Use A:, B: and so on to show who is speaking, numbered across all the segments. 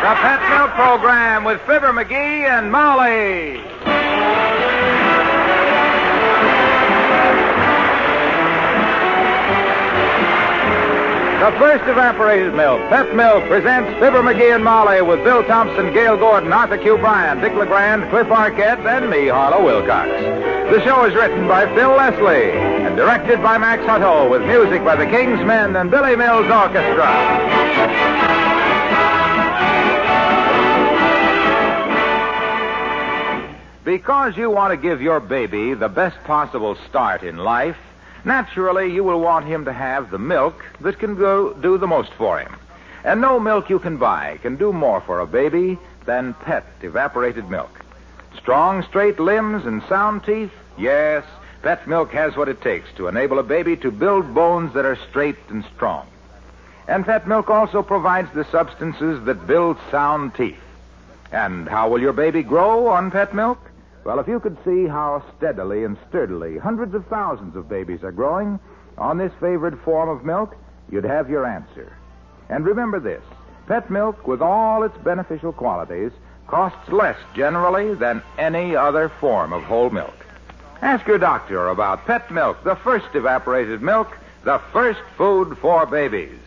A: The Pet Mill Program with Fibber McGee and Molly. The first evaporated mill, Pep Mill, presents Fibber McGee and Molly with Bill Thompson, Gail Gordon, Arthur Q. Bryan, Dick LeGrand, Cliff Arquette, and me, Harlow Wilcox. The show is written by Phil Leslie and directed by Max Hutto with music by the King's Men and Billy Mills Orchestra. Because you want to give your baby the best possible start in life, naturally you will want him to have the milk that can go, do the most for him. And no milk you can buy can do more for a baby than pet evaporated milk. Strong, straight limbs and sound teeth? Yes, pet milk has what it takes to enable a baby to build bones that are straight and strong. And pet milk also provides the substances that build sound teeth. And how will your baby grow on pet milk? Well, if you could see how steadily and sturdily hundreds of thousands of babies are growing on this favored form of milk, you'd have your answer. And remember this pet milk, with all its beneficial qualities, costs less generally than any other form of whole milk. Ask your doctor about pet milk, the first evaporated milk, the first food for babies.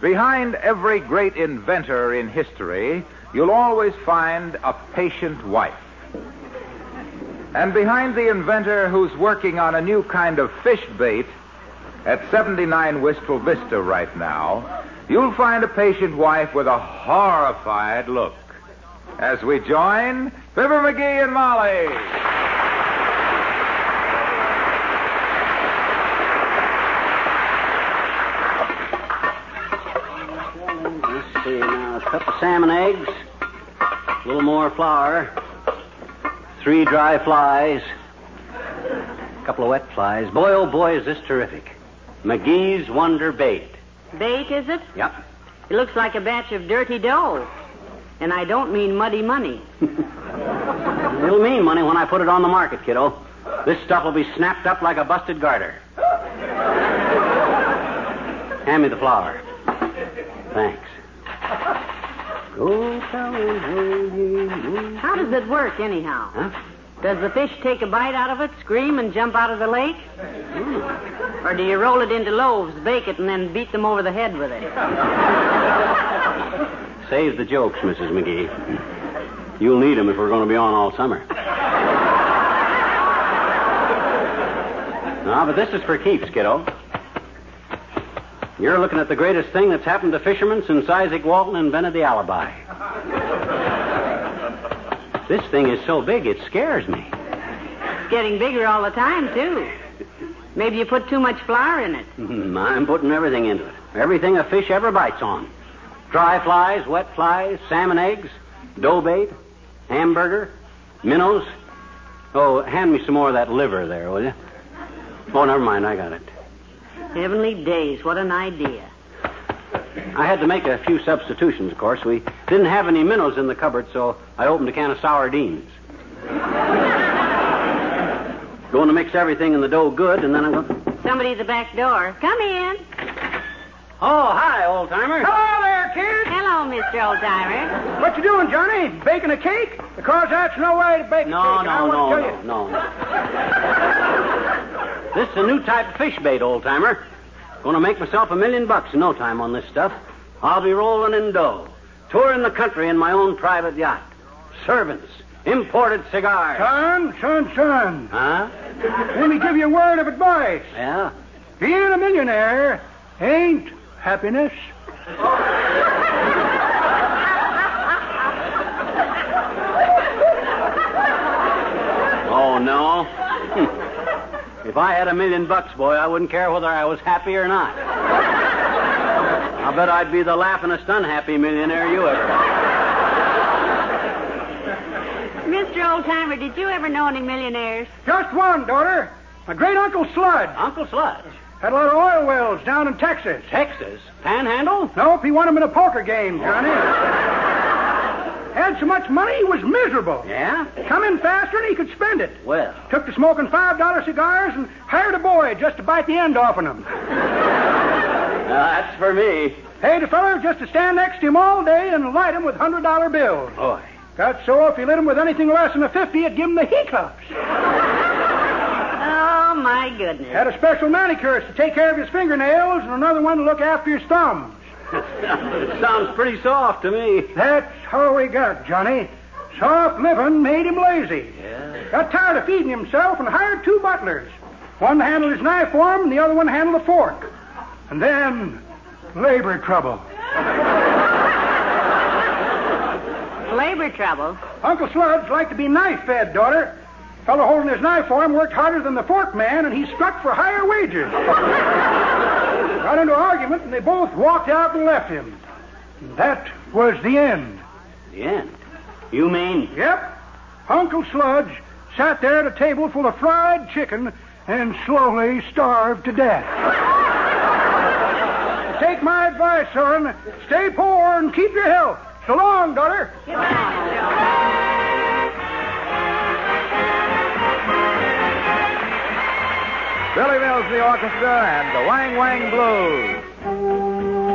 A: Behind every great inventor in history, you'll always find a patient wife. And behind the inventor who's working on a new kind of fish bait at 79 Wistful Vista right now, you'll find a patient wife with a horrified look. As we join Fibber McGee and Molly.
B: Let's see now. A cup of salmon eggs, a little more flour, three dry flies, a couple of wet flies. Boy, oh boy, is this terrific. McGee's Wonder Bait.
C: Bait, is it?
B: Yep.
C: It looks like a batch of dirty dough. And I don't mean muddy money.
B: It'll mean money when I put it on the market, kiddo. This stuff will be snapped up like a busted garter. Hand me the flour. Thanks. Go tell him, oh, yeah, yeah.
C: How does it work, anyhow?
B: Huh?
C: Does the fish take a bite out of it, scream, and jump out of the lake? Hmm. Or do you roll it into loaves, bake it, and then beat them over the head with it?
B: Save the jokes, Mrs. McGee. You'll need 'em if we're going to be on all summer. no, Ah, but this is for keeps, kiddo. You're looking at the greatest thing that's happened to fishermen since Isaac Walton invented the alibi. this thing is so big, it scares me.
C: It's getting bigger all the time, too. Maybe you put too much flour in it.
B: Mm, I'm putting everything into it. Everything a fish ever bites on. Dry flies, wet flies, salmon eggs, dough bait, hamburger, minnows. Oh, hand me some more of that liver there, will you? Oh, never mind, I got it.
C: Heavenly days, what an idea.
B: I had to make a few substitutions, of course. We didn't have any minnows in the cupboard, so I opened a can of sourdines. going to mix everything in the dough good, and then I'm going.
C: Somebody at the back door. Come in.
B: Oh, hi, old timer.
D: Hello there, kid.
C: Hello, Mr. Oldtimer.
D: What you doing, Johnny? Baking a cake? Because that's no way to bake
B: No,
D: a cake. and I
B: no,
D: want
B: no,
D: to tell
B: no, no, no. This is a new type of fish bait, old timer. Gonna make myself a million bucks in no time on this stuff. I'll be rolling in dough, touring the country in my own private yacht, servants, imported cigars.
D: you. Son, son, son.
B: Huh?
D: Let me give you a word of advice.
B: Yeah.
D: Being a millionaire ain't happiness.
B: Oh no. if I had a million bucks, boy, I wouldn't care whether I was happy or not. I bet I'd be the laughingest unhappy millionaire you ever.
C: Mr. Oldtimer, did you ever know any millionaires?
D: Just one, daughter. My great uncle Sludge
B: Uncle Sludge,
D: had a lot of oil wells down in Texas.
B: Texas, Panhandle.
D: Nope, he won 'em in a poker game, Johnny. Had so much money he was miserable.
B: Yeah?
D: Come in faster and he could spend it.
B: Well,
D: Took to smoking $5 cigars and hired a boy just to bite the end off of him.
B: now that's for me.
D: Paid a fellow just to stand next to him all day and light him with $100 bills.
B: Boy.
D: Got so if you lit him with anything less than a 50, it'd give him the hiccups.
C: Oh, my goodness.
D: Had a special manicurist to take care of his fingernails and another one to look after his thumbs.
B: Sounds pretty soft to me.
D: That's how he got, Johnny. Soft living made him lazy.
B: Yeah.
D: Got tired of feeding himself and hired two butlers. One handled his knife for him, and the other one handled the fork. And then, labor trouble.
C: Labor trouble.
D: Uncle Sludge liked to be knife fed, daughter. Fellow holding his knife for him worked harder than the fork man, and he struck for higher wages. Got into an argument, and they both walked out and left him. And that was the end.
B: The end. You mean?
D: Yep. Uncle Sludge sat there at a table full of fried chicken and slowly starved to death. Take my advice, son. Stay poor and keep your health. So long, daughter.
A: Billy Mills, the orchestra, and the Wang Wang Blues.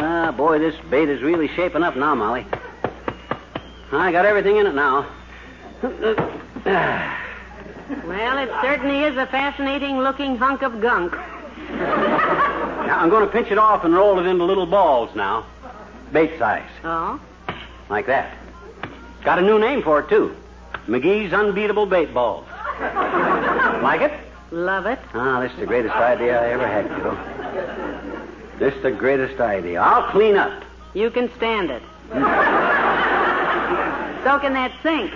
B: Ah, boy, this bait is really shaping up now, Molly. I got everything in it now.
C: Well, it certainly is a fascinating looking hunk of gunk.
B: Now, I'm going to pinch it off and roll it into little balls now. Bait size.
C: Oh?
B: Like that. Got a new name for it, too. McGee's Unbeatable Bait Balls. like it?
C: Love it.
B: Ah, this is the greatest idea I ever had, kiddo. This is the greatest idea. I'll clean up.
C: You can stand it. so can that sink.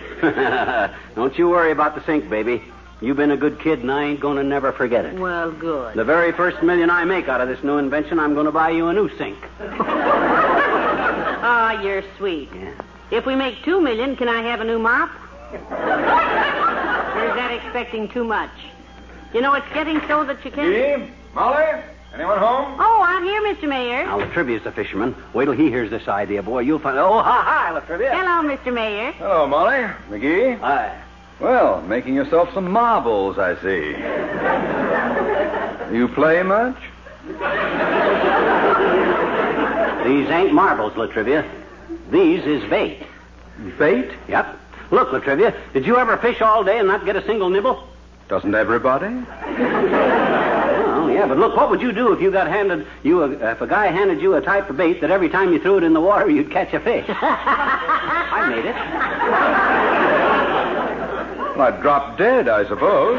B: Don't you worry about the sink, baby. You've been a good kid, and I ain't going to never forget it.
C: Well, good.
B: The very first million I make out of this new invention, I'm going to buy you a new sink.
C: Ah, you're sweet.
B: Yeah.
C: If we make two million, can I have a new mop? or is that expecting too much? You know, it's getting so that you can't.
A: Gee, Molly, anyone home?
C: Oh, out here, Mr. Mayor.
B: Now, Latrivia's a fisherman. Wait till he hears this idea, boy. You'll find. Oh, hi, hi, Latrivia.
C: Hello, Mr. Mayor.
A: Hello, Molly. McGee.
B: Hi.
A: Well, making yourself some marbles, I see. you play much?
B: These ain't marbles, Latrivia. These is bait.
A: Bait?
B: Yep. Look, Latrivia, did you ever fish all day and not get a single nibble?
A: Doesn't everybody?
B: Well, yeah, Yeah, but look, what would you do if you got handed you a, if a guy handed you a type of bait that every time you threw it in the water you'd catch a fish? I made it.
E: I'd drop dead, I suppose.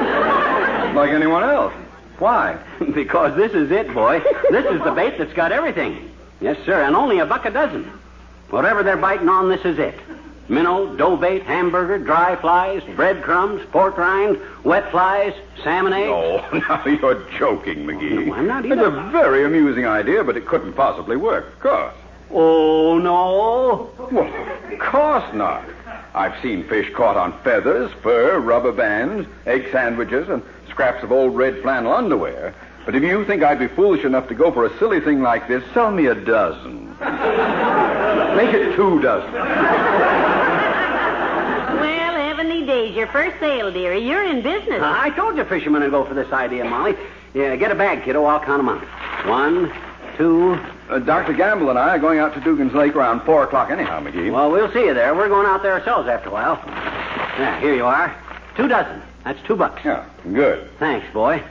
E: like anyone else. Why?
B: because this is it, boy. This is the bait that's got everything. Yes, sir, and only a buck a dozen. Whatever they're biting on, this is it. Minnow, dough bait, hamburger, dry flies, breadcrumbs, pork rind, wet flies, salmon eggs.
E: Oh, now you're joking, McGee.
B: No, I'm not
E: It's
B: either.
E: a very amusing idea, but it couldn't possibly work, of course.
B: Oh, no.
E: Well, of course not. I've seen fish caught on feathers, fur, rubber bands, egg sandwiches, and scraps of old red flannel underwear. But if you think I'd be foolish enough to go for a silly thing like this, sell me a dozen. Make it two dozen.
C: Well, heavenly days, your first sale, dearie. You're in business.
B: I told you fishermen would go for this idea, Molly. Yeah, get a bag, kiddo. I'll count 'em out. One, two.
E: Uh, Dr. Gamble and I are going out to Dugan's Lake around four o'clock anyhow, McGee.
B: Well, we'll see you there. We're going out there ourselves after a while. Yeah, here you are. Two dozen. That's two bucks.
E: Yeah, good.
B: Thanks, boy.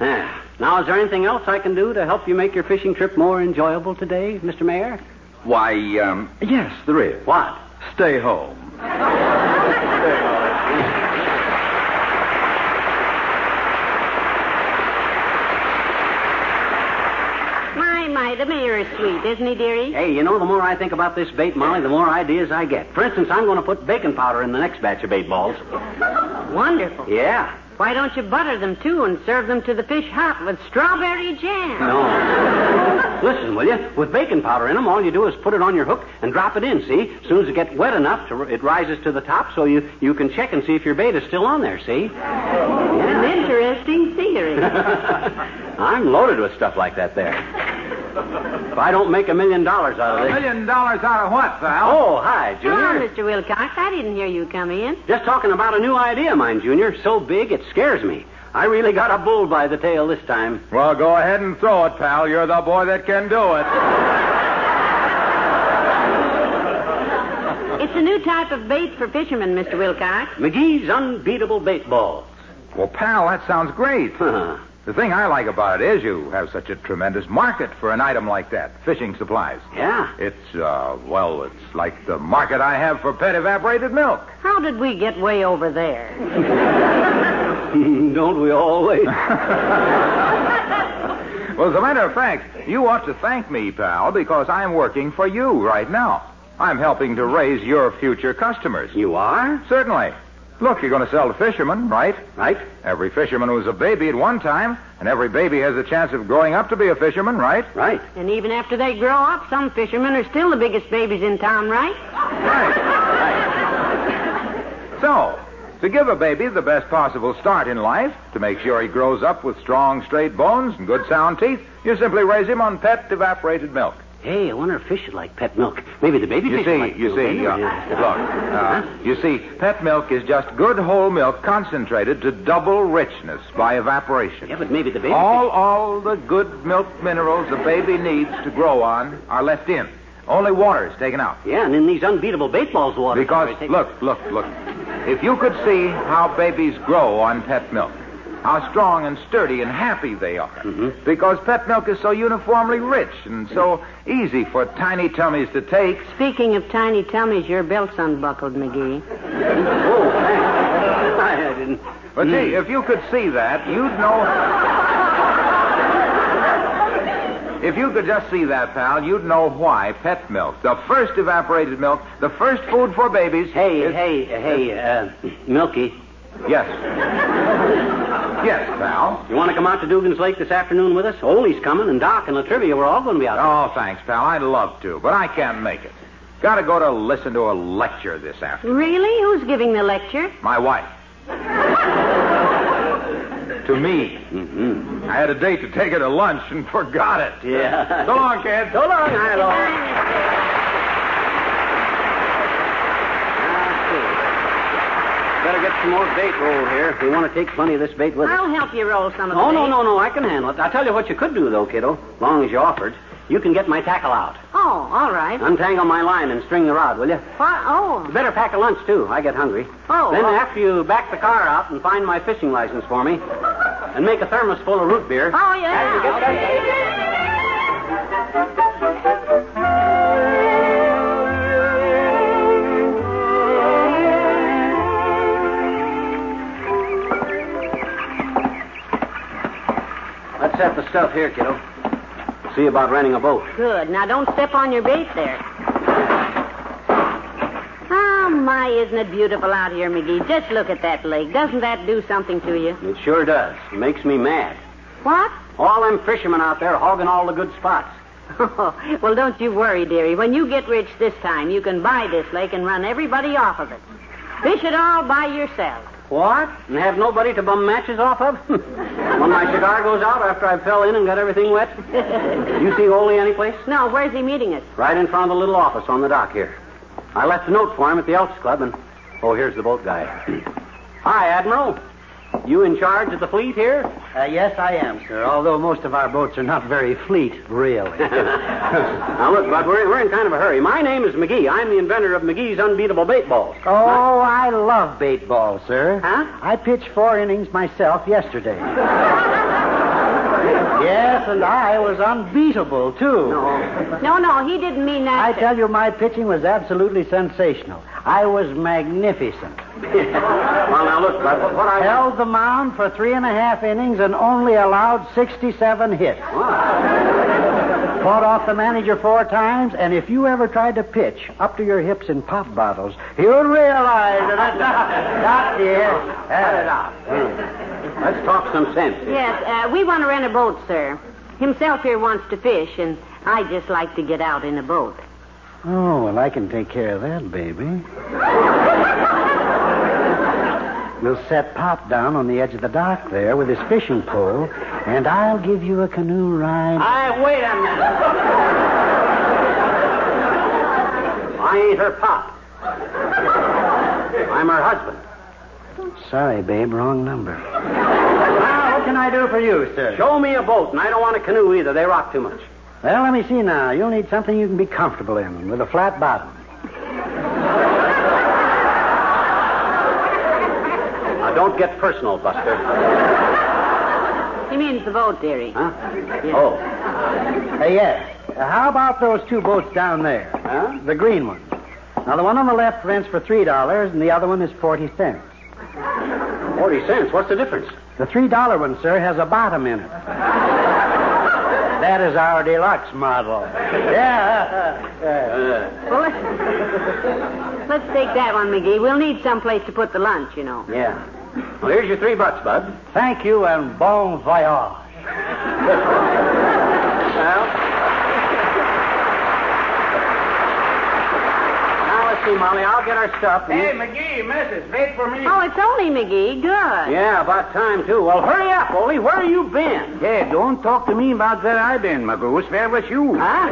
B: Yeah. Now, is there anything else I can do to help you make your fishing trip more enjoyable today, Mr. Mayor?
E: Why, um, yes, there is.
B: What?
E: Stay home.
C: My, my, the mayor is sweet, isn't he, dearie?
B: Hey, you know, the more I think about this bait, Molly, the more ideas I get. For instance, I'm going to put baking powder in the next batch of bait balls.
C: Wonderful.
B: Yeah.
C: Why don't you butter them, too, and serve them to the fish hot with strawberry jam?
B: No. Listen, will you? With baking powder in them, all you do is put it on your hook and drop it in, see? As soon as it gets wet enough, to, it rises to the top so you, you can check and see if your bait is still on there, see?
C: An interesting theory.
B: I'm loaded with stuff like that there. If I don't make a million dollars out of
A: A
B: this.
A: million dollars out of what, Val?
B: Oh, hi,
C: Hello,
B: Junior.
C: Mr. Wilcox. I didn't hear you come in.
B: Just talking about a new idea, mine, Junior. So big it scares me. I really got a bull by the tail this time.
A: Well, go ahead and throw it, pal. You're the boy that can do it.
C: It's a new type of bait for fishermen, Mr. Wilcox.
B: McGee's unbeatable bait balls.
A: Well, pal, that sounds great.
B: Huh.
A: The thing I like about it is you have such a tremendous market for an item like that, fishing supplies.
B: Yeah.
A: It's, uh, well, it's like the market I have for pet evaporated milk.
C: How did we get way over there?
B: don't we always?
A: Well, as a matter of fact, you ought to thank me, pal, because I'm working for you right now. I'm helping to raise your future customers.
B: you are?
A: Certainly. Look, you're going to sell to fishermen, right?
B: Right?
A: Every fisherman was a baby at one time, and every baby has a chance of growing up to be a fisherman, right?
B: Right.
C: And even after they grow up, some fishermen are still the biggest babies in town, right?
A: So, to give a baby the best possible start in life, to make sure he grows up with strong, straight bones and good sound teeth, you simply raise him on pet evaporated milk.
B: Hey, I wonder if fish should like pet milk. Maybe the baby
A: You
B: fish
A: see,
B: would like
A: you
B: milk.
A: see, uh, look, uh, you see, pet milk is just good whole milk concentrated to double richness by evaporation.
B: Yeah, but maybe the baby
A: All, all the good milk minerals a baby needs to grow on are left in. Only water is taken out.
B: fish... Yeah, and in these unbeatable bait balls water...
A: Because, look, look, look. If you could see how babies grow on pet milk, how strong and sturdy and happy they are.
E: Mm-hmm.
A: Because pet milk is so uniformly rich and so easy for tiny tummies to take.
C: Speaking of tiny tummies, your belt's unbuckled, McGee.
B: Oh, thanks. I didn't...
A: But
E: Mm.
A: gee, if you could see that, you'd know. If you could just see that, pal, you'd know why pet milk, the first evaporated milk, the first food for babies.
B: Hey,
A: is-
B: hey, hey, uh, Milky,
A: Yes. yes, pal.
B: you want to come out to Dugan's Lake this afternoon with us? Ole's coming, and Doc and Latrivia, we're all going to be out there.
A: Oh, thanks, pal. I'd love to, but I can't make it. Got to go to listen to a lecture this afternoon.
C: Really? Who's giving the lecture?
A: My wife. to me. Mm-hmm. I had a date to take her to lunch and forgot it.
B: Yeah.
A: So long, kid.
B: So long, Hilo. Better get some more bait roll here. We want to take plenty of this bait with us.
C: I'll help you roll some of the
B: Oh, no,
C: bait.
B: no, no. I can handle it. I'll tell you what you could do, though, kiddo, long as you offered. You can get my tackle out.
C: Oh, all right.
B: Untangle my line and string the rod, will you?
C: Why-
B: You
C: Oh,
B: better pack a lunch, too. I get hungry.
C: Oh,
B: Then
C: well-
B: after you back the car out and find my fishing license for me, and make a thermos full of root beer.
C: Oh, yeah.
B: Hey, get that- Let's set the stuff here, kiddo. See about renting a boat.
C: Good. Now don't step on your bait there. Oh, my, isn't it beautiful out here, McGee? Just look at that lake. Doesn't that do something to you?
B: It sure does. It makes me mad.
C: What?
B: All them fishermen out there hogging all the good spots.
C: Oh, well, don't you worry, dearie. When you get rich this time, you can buy this lake and run everybody off of it. Fish it all by yourself.
B: What? And have nobody to bum matches off of? when my cigar goes out after I fell in and got everything wet? you see Ole anyplace?
C: No, where's he meeting us?
B: Right in front of the little office on the dock here. I left a note for him at the Elks Club, and oh, here's the boat guy. Hi, Admiral. You in charge of the fleet here?
F: Uh, yes, I am, sir, although most of our boats are not very fleet, really.
B: now look, Bud, we're, we're in kind of a hurry. My name is McGee. I'm the inventor of McGee's unbeatable bait balls.
F: oh, I love bait balls, sir.
B: Huh?
F: I pitched four innings myself yesterday. yes, and I was unbeatable, too.
C: No, no, he didn't mean that.
F: I tell you, my pitching was absolutely sensational. I was magnificent.
B: well, now look, Bud, what, what I
F: Held the mound for three and a half innings and only allowed 67 hits. Fought off the manager four times, and if you ever tried to pitch up to your hips in pop bottles, you'll realize that that's it.
B: Cut it out. Hmm. Let's talk some sense. here.
C: Yes, uh, we want to rent a boat, sir. Himself here wants to fish, and I just like to get out in a boat.
F: Oh, well, I can take care of that, baby. we'll set Pop down on the edge of the dock there with his fishing pole, and I'll give you a canoe ride.
B: I wait a minute. I ain't her pop. I'm her husband.
F: Sorry, babe, wrong number. Now, what can I do for you, sir?
B: Show me a boat, and I don't want a canoe either. They rock too much.
F: Well, let me see now. You'll need something you can be comfortable in with a flat bottom.
B: Now don't get personal, Buster.
C: He means the boat, dearie.
B: Huh? Oh.
F: Uh, yes. Uh, how about those two boats down there?
B: Huh?
F: The green one. Now, the one on the left rents for $3, and the other one is 40 cents.
B: Forty cents. What's the difference?
F: The $3 one, sir, has a bottom in it. that is our deluxe model. Yeah.
C: Well, let's, let's take that one, McGee. We'll need someplace to put the lunch, you know.
B: Yeah. Well, here's your three bucks, bud.
F: Thank you, and bon voyage.
B: Well. Now let's see, Molly. I'll get our stuff. and you-
D: McGee, missus, wait for me.
C: Oh, it's only McGee. Good.
B: Yeah, about time, too. Well, hurry up, Ole. Where you been?
D: Hey, don't talk to me about where I've been, my goose. Where was you?
B: Huh?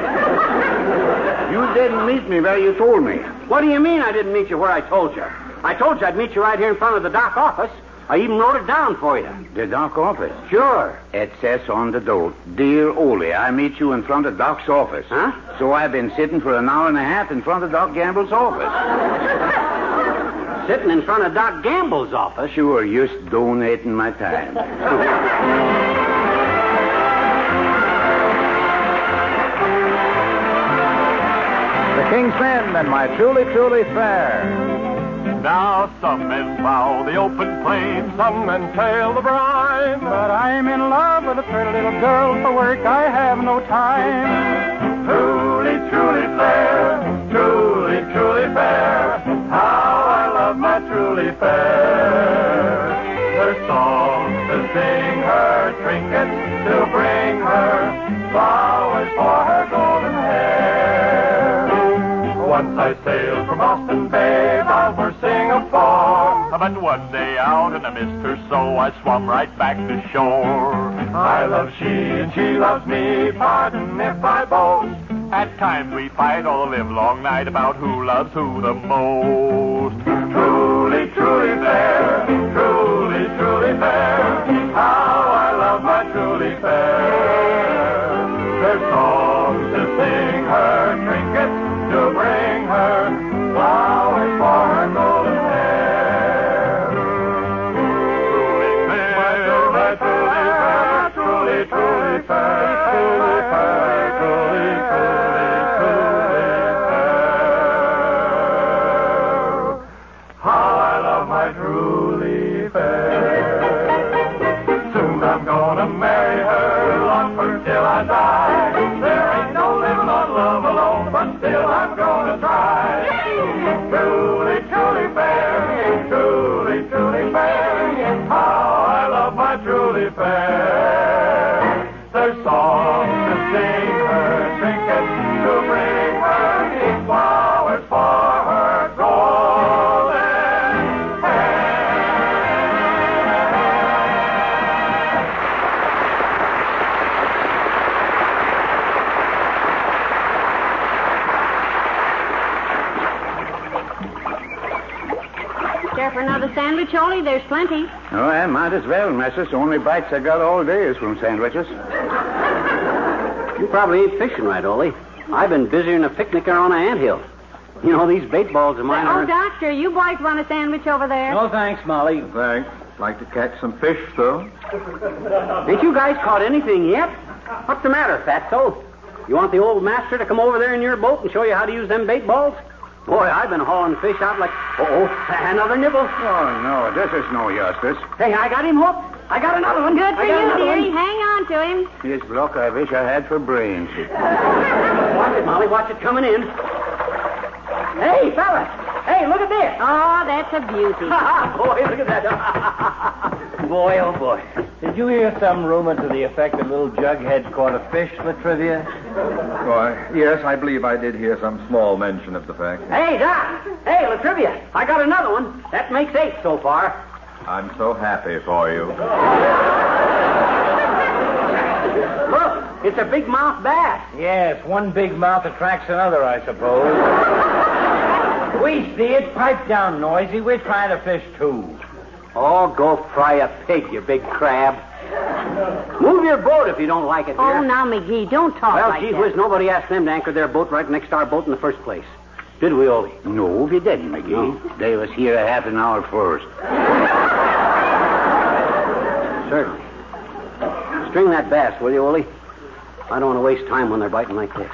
D: You didn't meet me where you told me.
B: What do you mean I didn't meet you where I told you? I told you I'd meet you right here in front of the dock office. I even wrote it down for you.
D: The dock office.
B: Sure.
D: It says on the door, Dear Ole, I meet you in front of Doc's office.
B: Huh?
D: So I've been sitting for an hour and a half in front of Doc Gamble's office.
B: Sitting in front of Doc Gamble's office.
D: Sure, just donating my time.
A: The King's Men and my truly, truly fair.
G: Now some men plow the open plain, some men tail the brine. But I'm in love with a pretty little girl. For work I have no time. Truly, truly fair, truly, truly fair. How I love my truly fair. Her songs to sing, her trinkets to bring her, flowers for her golden hair. Once I sailed for Boston Bay, bound for Singapore. But one day out and I missed her, so I swam right back to shore. I love she and she loves me, pardon if I boast. At times we fight all the livelong night about who loves who the most. Truly, truly fair, truly, truly fair. How I love my truly fair. Her songs to sing, her trinkets to bring her, flowers for her golden hair. Truly fair, my truly fair. but still I'm gonna try. Truly, truly fair, truly, truly fair. How I love my truly fair. There's songs to sing her, trinkets to bring her, flowers for her golden
C: Care for another sandwich, Ole? There's plenty.
B: Oh, I might as well, Messis. Only bites I got all day is from sandwiches. You probably ain't fishing right, Ole. I've been busier than a picnicker on an anthill. You know, these bait balls of mine
C: Oh,
B: are.
C: Doctor, you boys want a sandwich over there?
F: No thanks, Molly.
E: Thanks. Like to catch some fish, though.
B: Ain't you guys caught anything yet? What's the matter, Fatso? You want the old master to come over there in your boat and show you how to use them bait balls? Boy, I've been hauling fish out like. Oh, another nibble.
E: Oh, no, this is no justice.
B: Hey, I got him hooked. I got another one.
C: Good for
B: I got
C: you,
B: another one.
C: dearie. Hang on to him.
E: This block I wish I had for brains.
B: Watch it, Molly. Watch it coming in. Hey, fella. Hey, look at this.
C: Oh, that's a beauty.
B: boy, look at that. boy, oh, boy.
F: Did you hear some rumor to the effect that little Jughead caught a fish, Latrivia?
E: Why, yes, I believe I did hear some small mention of the fact.
B: Hey, Doc. Hey, Latrivia. I got another one. That makes eight so far.
E: I'm so happy for you.
B: Look, it's a big mouth bass.
F: Yes, one big mouth attracts another, I suppose. we see it. Pipe down, Noisy. We're trying to fish, too.
B: Oh, go fry a pig, you big crab. Move your boat if you don't like it, dear.
C: Oh, now, McGee, don't talk
B: Well,
C: like
B: gee
C: that.
B: whiz, nobody asked them to anchor their boat right next to our boat in the first place. Did we, Ollie?
F: No, we didn't, McGee. They was here a half an hour first.
B: Certainly. String that bass, will you, Ollie? I don't want to waste time when they're biting like this.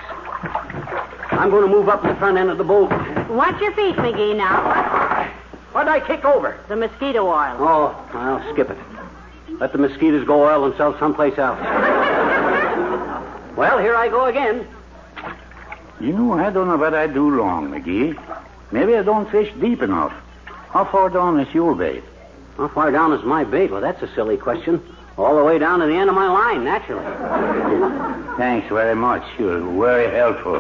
B: I'm going to move up in the front end of the boat.
C: Watch your feet, McGee, now.
B: What'd I kick over?
C: The mosquito oil.
B: Oh, I'll skip it. Let the mosquitoes go oil themselves someplace else. well, here I go again.
F: You know, I don't know what I do wrong, McGee. Maybe I don't fish deep enough. How far down is your bait?
B: How far down is my bait? Well, that's a silly question. All the way down to the end of my line, naturally.
F: Thanks very much. You're very helpful.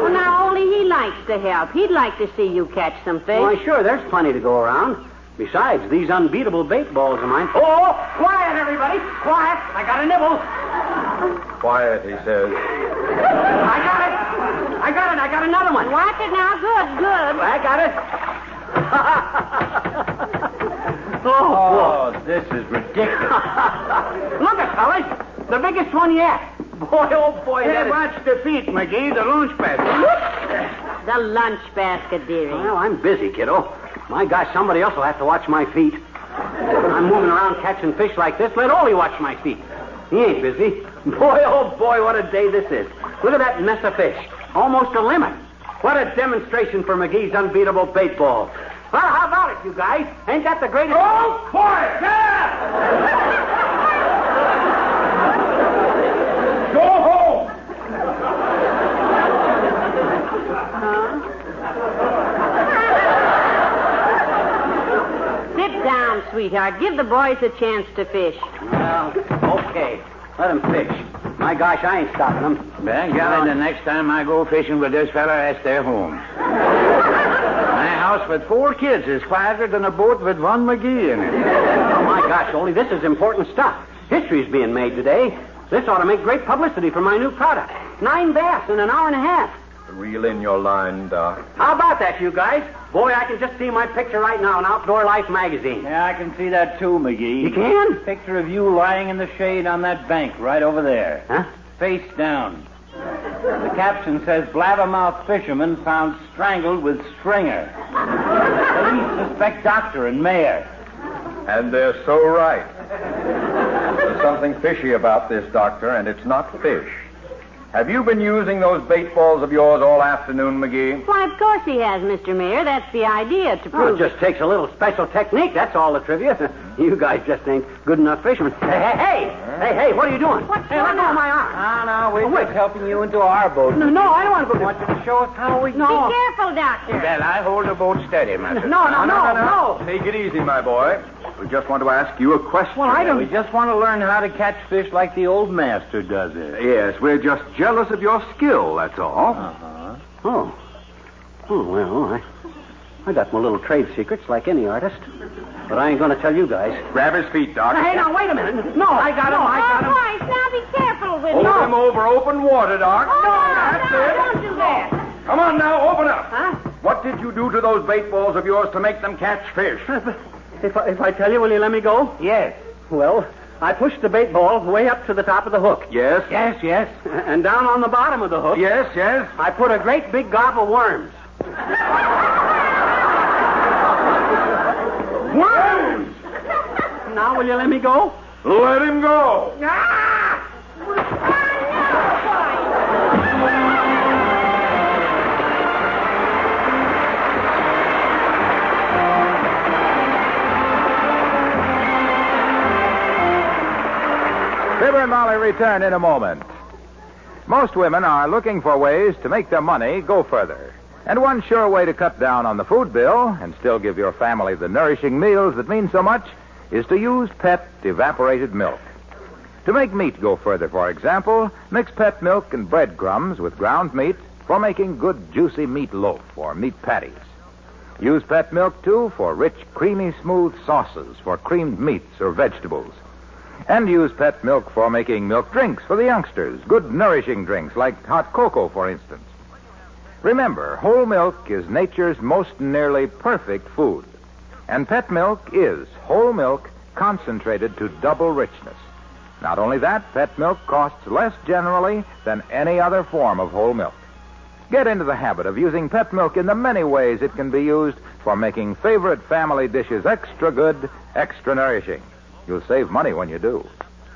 C: Well, now, Ole, he likes to help. He'd like to see you catch some fish.
B: Why, sure, there's plenty to go around. Besides, these unbeatable bait balls of mine. Oh, quiet, everybody! Quiet! I got a nibble!
E: Quiet, he says.
B: I got it! I got it! I got another one!
C: Watch it now. Good, good.
B: I got it! oh,
F: this is ridiculous.
B: boy. Look at fellas! The biggest one yet! Boy, oh, boy, that is-
F: the feet, McGee. The launch pad.
C: The lunch basket, dearie.
B: Well, I'm busy, kiddo. My gosh, somebody else will have to watch my feet. When I'm moving around catching fish like this, let Ollie watch my feet. He ain't busy. Boy, oh boy, what a day this is. Look at that mess of fish. Almost a limit. What a demonstration for McGee's unbeatable bait ball. Well, how about it, you guys? Ain't that the greatest...
G: Oh, quiet! Go home!
C: Sit down, sweetheart. Give the boys a chance to fish.
B: Well, okay. Let him fish. My gosh, I ain't stopping him.
F: Thank God the next time I go fishing with this fella, I stay home. My house with four kids is quieter than a boat with one McGee in it.
B: Oh, my gosh, Ollie, this is important stuff. History's being made today. This ought to make great publicity for my new product. Nine bass in an hour and a half.
E: Reel in your line, Doc.
B: How about that, you guys? Boy, I can just see my picture right now in Outdoor Life magazine.
F: Yeah, I can see that too, McGee.
B: You can?
F: Picture of you lying in the shade on that bank right over there.
B: Huh?
F: Face down. The caption says, Blabbermouth fisherman found strangled with stringer. Police suspect doctor and mayor.
E: And they're so right. There's something fishy about this, Doctor, and it's not fish. Have you been using those bait balls of yours all afternoon, McGee?
C: Why, of course he has, Mr. Mayor. That's the idea to
B: Well, it
C: prove.
B: just takes a little special technique, that's all the trivia. You guys just ain't good enough fishermen. Hey, hey, hey! Hey, hey, what are you doing? What's hey, let go of my arm.
F: No, no, we're just helping you into our boat.
B: No, no, I don't want to go.
F: Want you to show us how we
B: No.
C: Be careful, Doctor.
F: Well, I hold the boat steady, master.
C: No, no, no, no.
E: Take it easy, my boy. We just want to ask you a question.
F: I don't. We just want to learn how to catch fish like the old master does it.
E: Yes, we're just jealous of your skill, that's all.
F: Uh-huh.
B: Oh. Oh, well, I, I got my little trade secrets like any artist. But I ain't going to tell you guys.
E: Grab his feet, Doc.
B: Hey, now, wait a minute. No, I got him. I got
C: All
B: him.
C: right, now be careful with
E: Hold
C: it.
E: him over open water, Doc.
C: Oh,
E: That's
C: no,
E: it.
C: don't do that.
E: Come on now, open up.
C: Huh?
E: What did you do to those bait balls of yours to make them catch fish?
B: If I, if I tell you, will you let me go?
F: Yes.
B: Well, I pushed the bait ball way up to the top of the hook.
E: Yes.
F: Yes, yes.
B: And down on the bottom of the hook,
E: Yes, yes.
B: I put a great big gob of worms.
E: Worms!
B: Now, will you let me go?
E: Let him go.
A: Fibber and Molly return in a moment. Most women are looking for ways to make their money go further. And one sure way to cut down on the food bill and still give your family the nourishing meals that mean so much is to use pet evaporated milk. To make meat go further, for example, mix pet milk and breadcrumbs with ground meat for making good juicy meat loaf or meat patties. Use pet milk, too, for rich, creamy, smooth sauces for creamed meats or vegetables. And use pet milk for making milk drinks for the youngsters. Good, nourishing drinks like hot cocoa, for instance. Remember, whole milk is nature's most nearly perfect food. And pet milk is whole milk concentrated to double richness. Not only that, pet milk costs less generally than any other form of whole milk. Get into the habit of using pet milk in the many ways it can be used for making favorite family dishes extra good, extra nourishing. You'll save money when you do.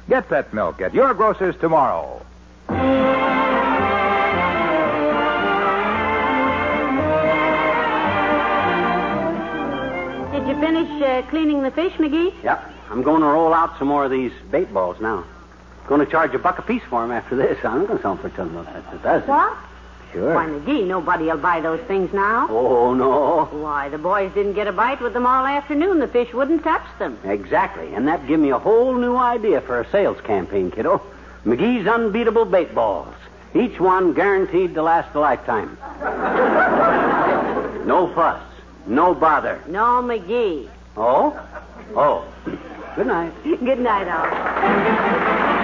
A: Get pet milk at your grocer's tomorrow.
C: Did you finish uh, cleaning the fish, McGee?
B: Yep. I'm going to roll out some more of these bait balls now. Going to charge a buck apiece for 'em after this. I'm not going to sell 'em for ten bucks after that.
C: What?
B: Sure.
C: Why, McGee, nobody'll buy those things now.
B: Oh, no.
C: Why, the boys didn't get a bite with them all afternoon. The fish wouldn't touch them.
B: Exactly. And that give me a whole new idea for a sales campaign, kiddo. McGee's Unbeatable Bait Balls. Each one guaranteed to last a lifetime. no fuss. No bother.
C: No, McGee.
B: Oh? Oh. Good night.
C: Good night, Al.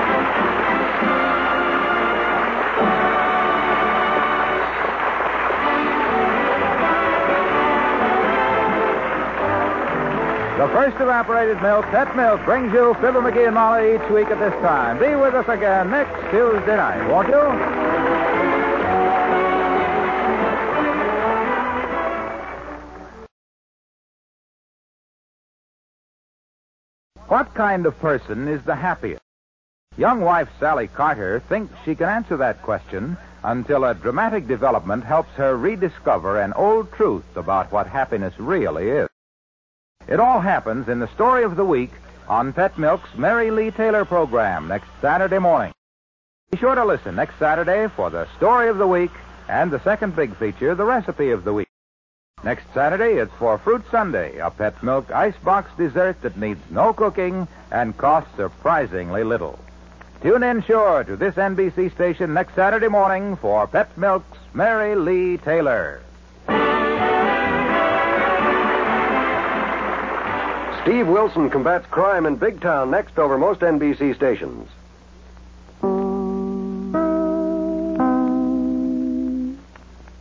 A: The first evaporated milk, pet milk, brings you Fibber McGee and Molly each week at this time. Be with us again next Tuesday night, won't you? What kind of person is the happiest? Young wife Sally Carter thinks she can answer that question until a dramatic development helps her rediscover an old truth about what happiness really is. It all happens in the story of the week on Pet Milk's Mary Lee Taylor program next Saturday morning. Be sure to listen next Saturday for the story of the week and the second big feature, the recipe of the week. Next Saturday, it's for Fruit Sunday, a pet milk icebox dessert that needs no cooking and costs surprisingly little. Tune in sure to this NBC station next Saturday morning for Pet Milk's Mary Lee Taylor.
H: Steve Wilson combats crime in big town next over most NBC stations.